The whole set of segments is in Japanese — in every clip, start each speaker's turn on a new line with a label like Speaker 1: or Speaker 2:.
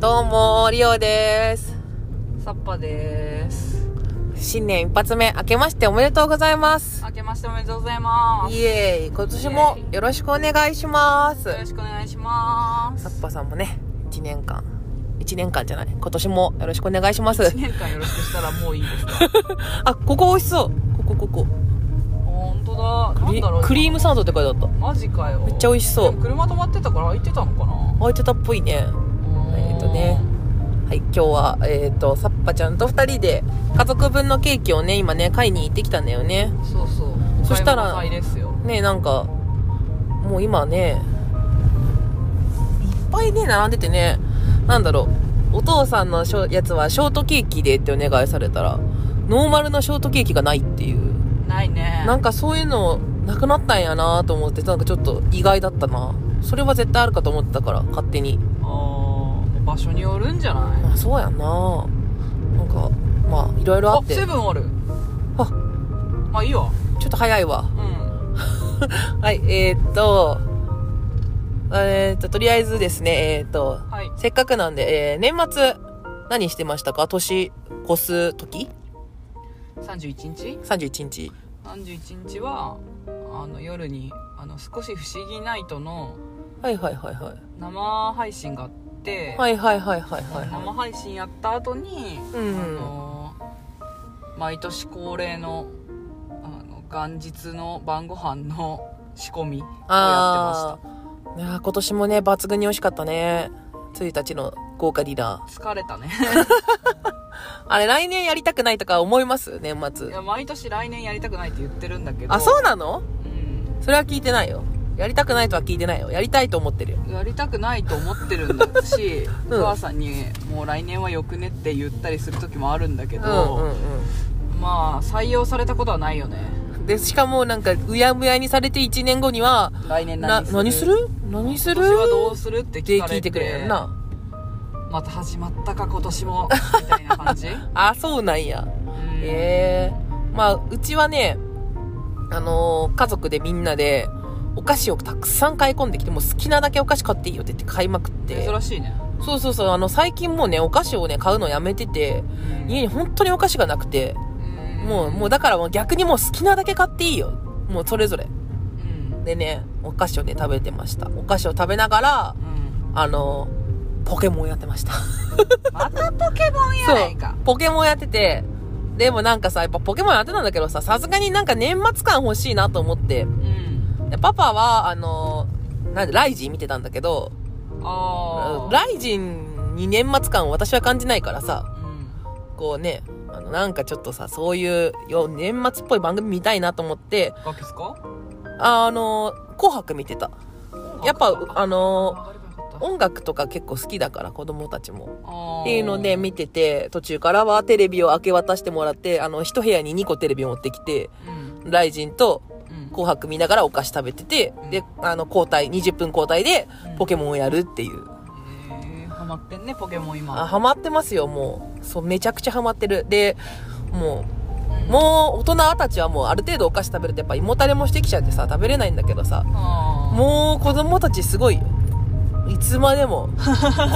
Speaker 1: どうもリオです
Speaker 2: サッパです
Speaker 1: 新年一発目明けましておめでとうございます
Speaker 2: 明けましておめでとうございます
Speaker 1: イエーイ今年もよろしくお願いします
Speaker 2: よろしくお願いします
Speaker 1: サッパさんもね1年間1年間じゃない今年もよろしくお願いします
Speaker 2: 1年間よろしくしたらもういいですか
Speaker 1: あここ美味しそうここここ
Speaker 2: 本当だな
Speaker 1: ク
Speaker 2: ん
Speaker 1: リ
Speaker 2: だろう
Speaker 1: クリームサンドって書いてあった
Speaker 2: マジかよめ
Speaker 1: めっちゃ美
Speaker 2: 味し
Speaker 1: 味しそう
Speaker 2: 車止まってたから開いてたのかな
Speaker 1: 開いてたっぽいねえっとねはい今日はえっ、とサッパちゃんと2人で家族分のケーキをね今ね買いに行ってきたんだよね
Speaker 2: そうそう
Speaker 1: そしたら
Speaker 2: お買い物ですよ
Speaker 1: ねなんかもう今ねいっぱいね並んでてねなんだろうお父さんのショやつはショートケーキでってお願いされたらノーマルのショートケーキがないっていう
Speaker 2: ないね
Speaker 1: なんかそういうのなくなったんやなと思ってなんかちょっと意外だったなそれは絶対あるかと思ってたから勝手に
Speaker 2: あー場所によるんじゃない
Speaker 1: まあそうやななんかまあいろいろあ
Speaker 2: あ
Speaker 1: って
Speaker 2: セブンある
Speaker 1: あ
Speaker 2: まあいいわ
Speaker 1: ちょっと早いわ
Speaker 2: うん
Speaker 1: はいえー、っとえー、っととりあえずですねえー、っと
Speaker 2: はい
Speaker 1: せっかくなんで、えー、年末何してましたか年越す時
Speaker 2: 31日
Speaker 1: ?31 日。
Speaker 2: 31日はあの夜にあの少し不思議ナイトの
Speaker 1: はいはいはいはい。
Speaker 2: 生配信があって、
Speaker 1: はいはいはいはいはいは
Speaker 2: 生配信やった後に、
Speaker 1: い。うん
Speaker 2: あ。の毎年恒例のあの元日の晩ご飯の仕込みをやってま
Speaker 1: あーいやー今年もね、抜群に美味しかったね。1日の豪華ディナー。
Speaker 2: した疲れたね
Speaker 1: あれ、来年やりたくないとか思います年
Speaker 2: い
Speaker 1: 末。
Speaker 2: や 毎年来年やりたくないって言ってるんだけど
Speaker 1: あ、そうなの
Speaker 2: うん、
Speaker 1: それは聞いてないよ。やりたくないとは聞いてないよ。やりたいと思ってるよ。
Speaker 2: やりたくないと思ってるんだし、
Speaker 1: うん
Speaker 2: お母さんに「もう来年はよくね」って言ったりする時もあるんだけ
Speaker 1: う
Speaker 2: ど、
Speaker 1: んうん
Speaker 2: まあ採用されたことはないよね
Speaker 1: うん。で、しかもなんか、うやむやにされて1年後には、
Speaker 2: 来年
Speaker 1: な、
Speaker 2: 何する
Speaker 1: 何する何する
Speaker 2: 今年はどうするって
Speaker 1: って
Speaker 2: 聞かれて
Speaker 1: 聞いてくれるな。
Speaker 2: また始まったか今 年もみたいな感じうん
Speaker 1: あ、そうなんや。ええまあ、うちはね、あのー家族でみんなで、お菓子をたくさん買い込んできて、もう好きなだけお菓子買っていいよって言って買いまくって。
Speaker 2: 珍しいね、
Speaker 1: そうそうそう、あの、最近もうね、お菓子をね、買うのやめてて、家に本当にお菓子がなくて、もう、もうだからもう逆にもう好きなだけ買っていいよ。もうそれぞれ。
Speaker 2: うん、うん
Speaker 1: でね、お菓子をね、食べてました。お菓子を食べながら、
Speaker 2: うん
Speaker 1: あのーポケモンやってました。
Speaker 2: またポケモンやないか
Speaker 1: ポケモンやってて、でもなんかさ、やっぱポケモンやってたんだけどさ、さすがになんか年末感欲しいなと思って、
Speaker 2: うん
Speaker 1: でパパは、あのーなんで、ライジン見てたんだけど、
Speaker 2: ああ
Speaker 1: ライジンに年末感を私は感じないからさ、こうね、あの、なんかちょっとさ、そういう、よ、年末っぽい番組見たいなと思って、
Speaker 2: ガキスか
Speaker 1: あのー紅白見てた。やっぱ、あの
Speaker 2: あればよか
Speaker 1: ー
Speaker 2: った
Speaker 1: 音楽とか結構好きだから、子供たちも。
Speaker 2: あー
Speaker 1: っていうので見てて、途中からはテレビを明け渡してもらって、あの、一部屋に2個テレビ持ってきて、
Speaker 2: うん
Speaker 1: ライジンと
Speaker 2: うん
Speaker 1: 紅白見ながらお菓子食べてて、で、あの、交代、20分交代で
Speaker 2: うん
Speaker 1: ポケモンをやるっていう。
Speaker 2: えーハマってんねポケモン今
Speaker 1: あ、ハマってますよ、もう。そう、めちゃくちゃハマってる。で、も
Speaker 2: うん
Speaker 1: う、もう大人たちはもうある程度お菓子食べるとやっぱ胃もたれもしてきちゃってさ、食べれないんだけどさ、
Speaker 2: あー
Speaker 1: もう子供たちすごいよ。いつまで も、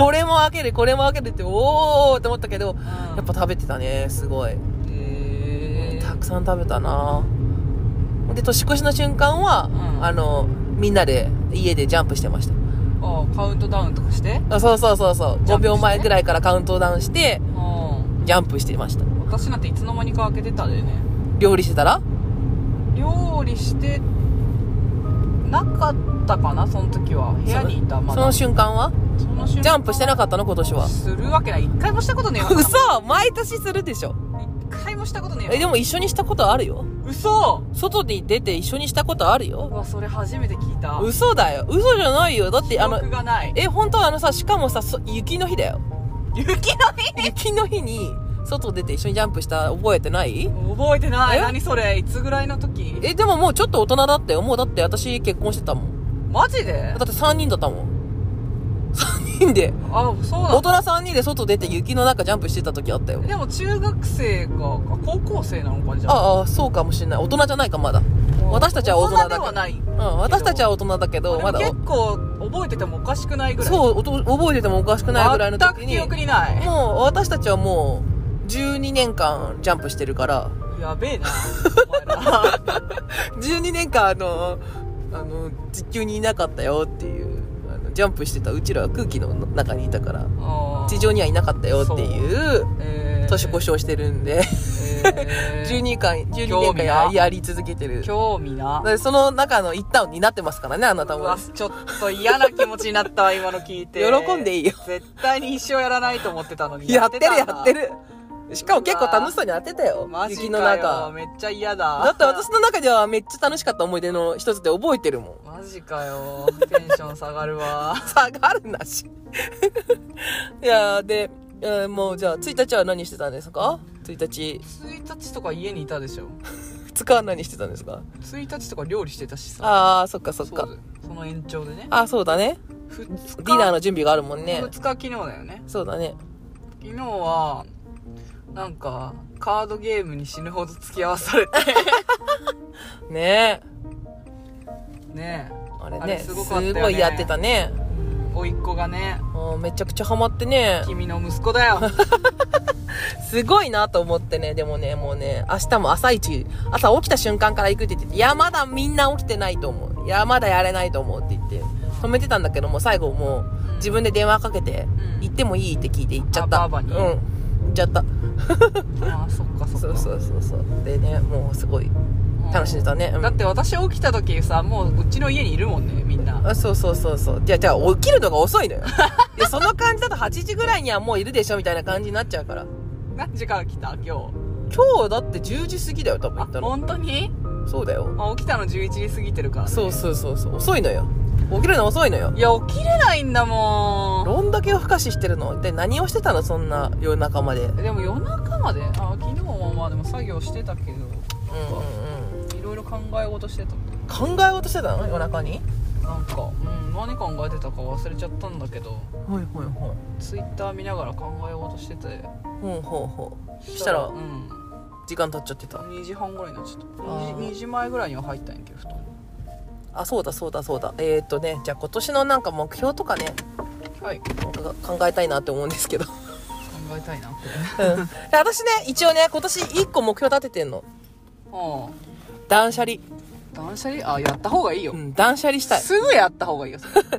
Speaker 1: これも開ける、これも開けるって、おーって思ったけど、
Speaker 2: うん
Speaker 1: やっぱ食べてたね、すごい。
Speaker 2: え
Speaker 1: たくさん食べたなで年越しの瞬間は、
Speaker 2: うん
Speaker 1: あのみんなで家でジャンプしてました
Speaker 2: ーあーカウントダウンとかして
Speaker 1: あそうそうそうそう
Speaker 2: ジャ
Speaker 1: 5
Speaker 2: ンプして
Speaker 1: 秒前ぐらいからカウントダウンして
Speaker 2: うん
Speaker 1: ジャンプしてました
Speaker 2: 私なんていつの間にか開けてたでね
Speaker 1: 料理してたら
Speaker 2: 料理してなかったかなその時は部屋にいたま
Speaker 1: その
Speaker 2: だ
Speaker 1: 瞬間は
Speaker 2: その瞬間
Speaker 1: ジャンプしてなかったの今年は
Speaker 2: するわけない一回もしたことねえわ
Speaker 1: 嘘毎年するでしょ
Speaker 2: 一回もしたことね
Speaker 1: え
Speaker 2: え
Speaker 1: でも一緒にしたことあるよ
Speaker 2: わ嘘
Speaker 1: 外に出て一緒にしたことある
Speaker 2: う
Speaker 1: よ
Speaker 2: わそれ初めて聞いた
Speaker 1: 嘘だよ嘘じゃないよだって
Speaker 2: 記
Speaker 1: あの
Speaker 2: 憶がない
Speaker 1: え本当はあのさしかもさそ雪の日だよ
Speaker 2: 雪の
Speaker 1: 雪の日に外出て一緒にジャンプした覚えてない
Speaker 2: 日覚えてない
Speaker 1: え
Speaker 2: 何それいつぐらいの時
Speaker 1: え、でももうちょっと大人だったよ。もうだって私結婚してたもん。
Speaker 2: マジで
Speaker 1: だって3人だったもん。3人で。
Speaker 2: あそう
Speaker 1: 大
Speaker 2: だ
Speaker 1: 人3人で外出て雪の中ジャンプしてた時あったよ。
Speaker 2: でも中学生か高校生なのかじゃあ
Speaker 1: ああ、そうかもしれない。大人じゃないか、まだ。
Speaker 2: 大もう
Speaker 1: 私たちは大人だけ
Speaker 2: ではない
Speaker 1: うん、私たちは大人だけど
Speaker 2: ま
Speaker 1: ま
Speaker 2: だ
Speaker 1: だ
Speaker 2: 結構覚えててもおかしくないぐらい
Speaker 1: そうおと覚えててもおかしくないぐらいの時
Speaker 2: 全く
Speaker 1: に
Speaker 2: 記憶にない
Speaker 1: もう私たちはもう12年間ジャンプしてるから
Speaker 2: やべ えなお前ら
Speaker 1: 12年間あのあの地球にいなかったよっていうあのジャンプしてたうちらは空気の中にいたから
Speaker 2: あー
Speaker 1: 地上にはいなかったよっていう
Speaker 2: えー
Speaker 1: 年越しをしてるんで、
Speaker 2: えー
Speaker 1: 12間
Speaker 2: 興
Speaker 1: 12
Speaker 2: 味
Speaker 1: 年
Speaker 2: な
Speaker 1: 間やり続けてる
Speaker 2: 興味な
Speaker 1: でその中の一端になってますからねあなた
Speaker 2: う
Speaker 1: も
Speaker 2: わちょっと嫌な気持ちになったわ今の聞いて
Speaker 1: 喜んでいいよ
Speaker 2: 絶対に一生やらないと思ってたのに
Speaker 1: やってる
Speaker 2: た
Speaker 1: や
Speaker 2: んだ
Speaker 1: ってるしかも結構楽しそうにやってたよ
Speaker 2: マジ
Speaker 1: 雪
Speaker 2: か
Speaker 1: の
Speaker 2: よ
Speaker 1: 中
Speaker 2: めっちゃ嫌だ
Speaker 1: だって私の中ではめっちゃ楽しかった思い出の一つで覚えてるもん
Speaker 2: マジかよテンション下がるわ
Speaker 1: 下がるなし いやーで、えーもうじゃあ1日は何してたんですか1日
Speaker 2: 1日とか家にいたでしょ
Speaker 1: 2日は何してたんですか
Speaker 2: 1日とか料理してたしさ
Speaker 1: ああそっかそっ
Speaker 2: そうだ
Speaker 1: か
Speaker 2: よその延長でね
Speaker 1: あそうだね
Speaker 2: 2
Speaker 1: デ
Speaker 2: 日
Speaker 1: ィナーの準備があるもんね
Speaker 2: 2日昨日だよね
Speaker 1: そうだね
Speaker 2: 昨日はなんかカードゲームに死ぬほど付き合わされて
Speaker 1: ねえ
Speaker 2: ね
Speaker 1: あれね
Speaker 2: あれす
Speaker 1: す
Speaker 2: ごかったよね
Speaker 1: ごいやってたね
Speaker 2: え甥っ子がね
Speaker 1: あーめちゃくちゃハマってね
Speaker 2: 君の息子だよ
Speaker 1: すごいなと思ってねでもねもうね明日も朝一朝起きた瞬間から行くって言ってていやまだみんな起きてないと思ういやまだやれないと思うって言って止めてたんだけどもう最後もう自分で電話かけて、
Speaker 2: うん
Speaker 1: 行ってもいいって聞いて行っちゃった
Speaker 2: あばあばに
Speaker 1: うん行っちゃった
Speaker 2: ああそっかそっか
Speaker 1: そうそうそうそうでねもうすごい楽しんでたね、うん
Speaker 2: だって私起きた時さもううちの家にいるもんねみんな
Speaker 1: あそうそうそうそうじゃあじゃあ起きるのが遅 いのよいやその感じだと8時ぐらいにはもういるでしょみたいな感じになっちゃうから
Speaker 2: 何時から来た今日
Speaker 1: 今日だって10時過ぎだよ多分行
Speaker 2: あ
Speaker 1: ったの
Speaker 2: 本当に
Speaker 1: そうだよ
Speaker 2: あ起きたの11時過ぎてるからね、
Speaker 1: そうそうそうそう遅いのよ起きるの遅いのよ
Speaker 2: いや起きれないんだも
Speaker 1: どんだけ夜更かししてるので何をしてたのそんな夜中までうんうん
Speaker 2: んでも夜中まであ昨日はまあでも作業してたけど
Speaker 1: うん
Speaker 2: いろいろ考え事してた
Speaker 1: 考え事してたの夜中に
Speaker 2: なんか、うん、何考えてたか忘れちゃったんだけど
Speaker 1: ほいほいほい
Speaker 2: ツイッター見ながら考え事してて
Speaker 1: ほうほうほうしたら
Speaker 2: うん
Speaker 1: 時間経っちゃってた
Speaker 2: 2時半ぐらいになっちゃった
Speaker 1: あー
Speaker 2: 2, 時2時前ぐらいには入ったんやけど布団
Speaker 1: あそうだそうだそうだえー、っとねじゃあ今年のなんか目標とかね
Speaker 2: にはい考
Speaker 1: なんか考えたいなって思うんですけどうん
Speaker 2: えたいなこれ
Speaker 1: で私ね一応ね今年1個目標立ててんの
Speaker 2: あ
Speaker 1: 断捨離
Speaker 2: あ断捨離あやった方がいいよ、
Speaker 1: うん断捨離したい
Speaker 2: すぐやった方がいいよそれ
Speaker 1: だか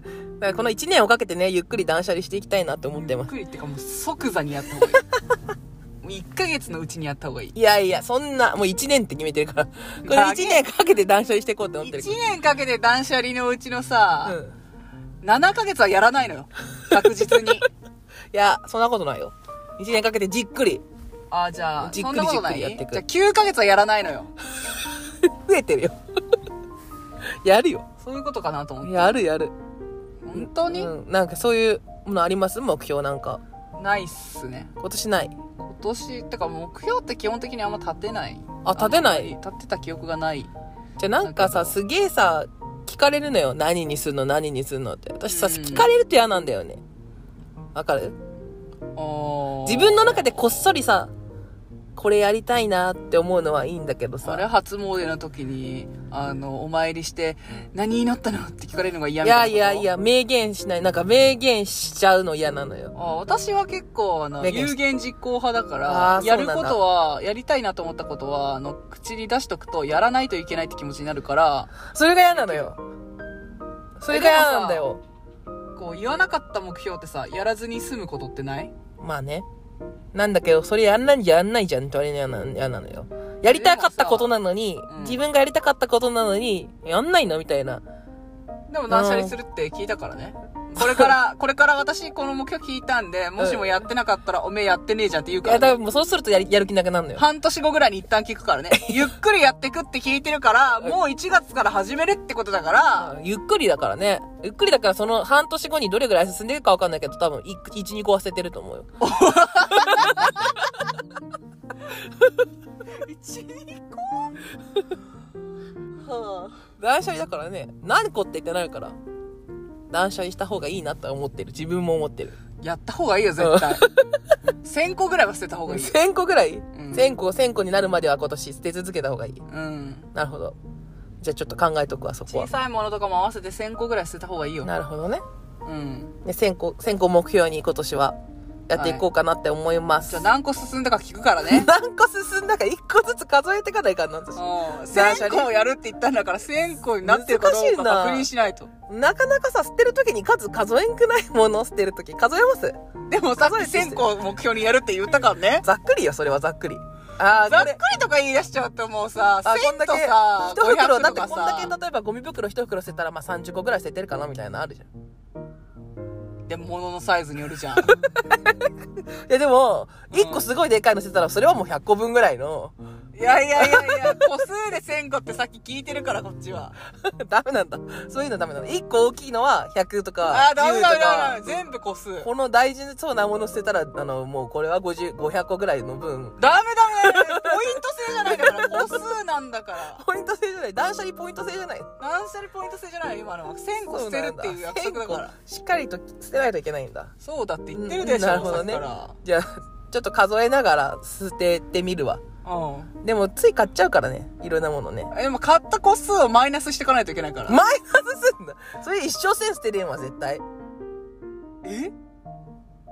Speaker 1: らこの1年をかけてねゆっくり断捨離していきたいなって思って
Speaker 2: ゆっ
Speaker 1: ます
Speaker 2: くりってかもう即座にやった方がいいもう1ヶ月のうちにやった方がいい
Speaker 1: いやいや、そんな、もう1年って決めてるから。これ
Speaker 2: だ
Speaker 1: 1
Speaker 2: け
Speaker 1: 年かけて断捨離していこうって思ってる
Speaker 2: 1
Speaker 1: か
Speaker 2: 年かけて断捨離のうちの
Speaker 1: ら。う
Speaker 2: さ、
Speaker 1: ん。
Speaker 2: 7ヶ月はやらないのよ確実に
Speaker 1: いや、そんなことないよ。1年かけてじっくり。
Speaker 2: ああじゃあ
Speaker 1: じっ
Speaker 2: そ
Speaker 1: く
Speaker 2: ん
Speaker 1: り
Speaker 2: なことな
Speaker 1: じっくりやって
Speaker 2: い
Speaker 1: く
Speaker 2: じゃあ9ヶ月はやらないのよ
Speaker 1: 増えてるよ。 やるよ。
Speaker 2: そういうことかなと思って
Speaker 1: やるやる。
Speaker 2: 本当に、
Speaker 1: うん。なんかそういうものあります目標なんか。
Speaker 2: ないっすね
Speaker 1: 今年ない。
Speaker 2: 今年ってか目標って基本的にあんま立てない
Speaker 1: あ立てない
Speaker 2: あんまり立ってた記憶がない
Speaker 1: じゃあなんかさ、すげえさ、聞かれるのよ。何にすんの何にすんのって。私さ、
Speaker 2: うん
Speaker 1: 聞かれると嫌なんだよね。わかる自
Speaker 2: 自
Speaker 1: 分の中でこっそりさ、これやりたいなって思うのはいいんだけどさ。
Speaker 2: あれ初詣の時にあのお参りして「何祈ったの?」って聞かれるのが嫌
Speaker 1: い
Speaker 2: みた
Speaker 1: や
Speaker 2: いない
Speaker 1: やいや、明言しない。なんか明言しちゃうの嫌なの
Speaker 2: あ
Speaker 1: よ。
Speaker 2: 私は結構あの
Speaker 1: 明言し
Speaker 2: 有言実行派だか
Speaker 1: あ
Speaker 2: ら
Speaker 1: ー
Speaker 2: や
Speaker 1: そうな
Speaker 2: る
Speaker 1: んだ
Speaker 2: ことはやりたいなと思ったことはあの口に出しとくとやらないといけないって気持ちになるから
Speaker 1: それが嫌なのよ。それが嫌なんだよ。
Speaker 2: こう言わなかった目標ってさやらずに済むことってない
Speaker 1: まあね。なんだけど、それやんない、やんないじゃんって言われるの嫌な嫌なのよ。やりたかったことなのに
Speaker 2: もさうん、
Speaker 1: 自分がやりたかったことなのに、やんないのみたいな。
Speaker 2: でも断捨離するって聞いたからねこれからこれから私この目標聞いたんでもしもやってなかったらおめえやってねえじゃんって言う
Speaker 1: い
Speaker 2: か
Speaker 1: や、
Speaker 2: ら、
Speaker 1: だ
Speaker 2: ね
Speaker 1: からもうそうするとやるやる気なくなるのよ。
Speaker 2: 半年後ぐらいに一旦聞く からね。ゆっくりやってくって聞いてるから、もう1月から始めるってことだから、
Speaker 1: ゆっくりだからね。ゆっくりだからその半年後にどれぐらい進んでるかわかんないけど、多分1、2個忘れてると 思うよ。断捨離だからね何個って言ってないから断捨離した方がいいなとは思ってる自分も思ってる
Speaker 2: やった方がいいよ、絶対。1000個 ぐらいは捨てた方がいいよ。
Speaker 1: 1000個ぐらい、
Speaker 2: ん
Speaker 1: 1000個1000個になるまでは今年捨て続けた方がいい
Speaker 2: うん。
Speaker 1: なるほどじゃあちょっと考えとくわそこ
Speaker 2: 小
Speaker 1: は
Speaker 2: さいものとかも合わせて1000個ぐらい捨てた方がいいよ
Speaker 1: なるほどね
Speaker 2: うん
Speaker 1: で1000個1000個目標に今年はやっていこうかなって思います、
Speaker 2: じ ゃあ何個進んだか聞くからね
Speaker 1: 何個進んだか1個ずつ数えてかないかんな私
Speaker 2: 1000個をやるって言ったんだから1000個になってるかどうか確認しないと
Speaker 1: なかなかさ捨てる時に数数えんくないものを捨てる時数えます
Speaker 2: でもさっき1000個を目標にやるって言ったからね
Speaker 1: ざっくりよそれはざっくりああ
Speaker 2: ざっくりとか言い出しちゃうともうさ
Speaker 1: あこん
Speaker 2: 1000
Speaker 1: だけ
Speaker 2: とさ
Speaker 1: 一袋
Speaker 2: 500
Speaker 1: だっ
Speaker 2: と
Speaker 1: て
Speaker 2: か
Speaker 1: こんだけ
Speaker 2: さ
Speaker 1: 例えばゴミ袋一袋捨てたらまあ30個ぐらい捨ててるかなみたいなのあるじゃん
Speaker 2: でも物のサイズによるじゃん
Speaker 1: いやでも
Speaker 2: うん
Speaker 1: 1個すごいでかいの捨てたらそれはもう100個分ぐらいの
Speaker 2: いやいやいやい や個数で1000個ってさっき聞いてるからこっちは
Speaker 1: ダメなんだそういうのダメなの1個大きいのは100とか
Speaker 2: あ
Speaker 1: 10
Speaker 2: ーダメ
Speaker 1: と
Speaker 2: ダメダメ
Speaker 1: か
Speaker 2: ダメ全部個数
Speaker 1: この大事そうなもの捨てたらあのもうこれは50 500個ぐらいの分
Speaker 2: ダメダメポイント制じゃないんだから個数なんだから
Speaker 1: ポイント制じゃない断捨離ポイント制じゃない
Speaker 2: 何シャリポイント制じゃないよ今のは1000個捨てるっていう約束だから
Speaker 1: しっかりと捨てないといけないんだ
Speaker 2: そうだって言ってるでしょ
Speaker 1: なるほどね
Speaker 2: さっきから
Speaker 1: じゃあ ちょっと数えながら捨ててみるわ
Speaker 2: う
Speaker 1: でもつい買っちゃうからねいろんなものね
Speaker 2: ん。でも買った個数をマイナスしていかないといけないから。
Speaker 1: マイナスすんだそれ一生線捨てれんわ絶対
Speaker 2: え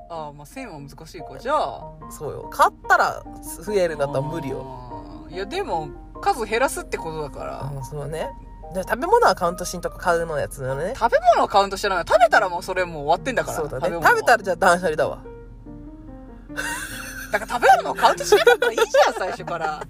Speaker 2: ああ、まあ1000は難しいか。じゃあ。
Speaker 1: そうよ買ったら増えるんだったら無理よ
Speaker 2: あー。いや、でも、数減らすってことだか
Speaker 1: あ
Speaker 2: ら。
Speaker 1: もうそうねで食べ物はカウントしんとこ買うのやつだね
Speaker 2: 食べ物はカウントしてないの。食べたらもうそれもう終わってんだから。
Speaker 1: そうだね食べ
Speaker 2: 物は
Speaker 1: たらじゃあ断捨離 だわ
Speaker 2: だから食べ物をカウントしなかったらいいじゃん、最初から。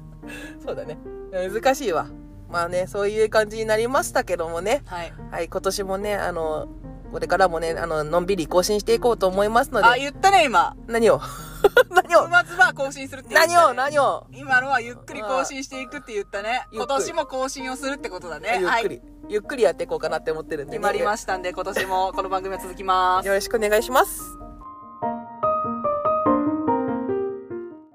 Speaker 1: そうだね難しいわまあねそういう感じになりましたけどもね
Speaker 2: はい。
Speaker 1: はい今年もねあのこれからもねあののんびり更新していこうと思いますの
Speaker 2: あ、
Speaker 1: で
Speaker 2: 言ったね、今。
Speaker 1: 何を 何を
Speaker 2: まずは更新するって言った、ね。
Speaker 1: 何を何を
Speaker 2: 今のはゆっくり更新していくって言ったね。
Speaker 1: ゆっくり
Speaker 2: 今年も更新をするってことだね。
Speaker 1: ゆっく
Speaker 2: はい。
Speaker 1: りゆっくりやっていこうかなって思ってるんでね
Speaker 2: 決まりましたんで、今年もこの番組は続きます
Speaker 1: よ。ろしくお願いします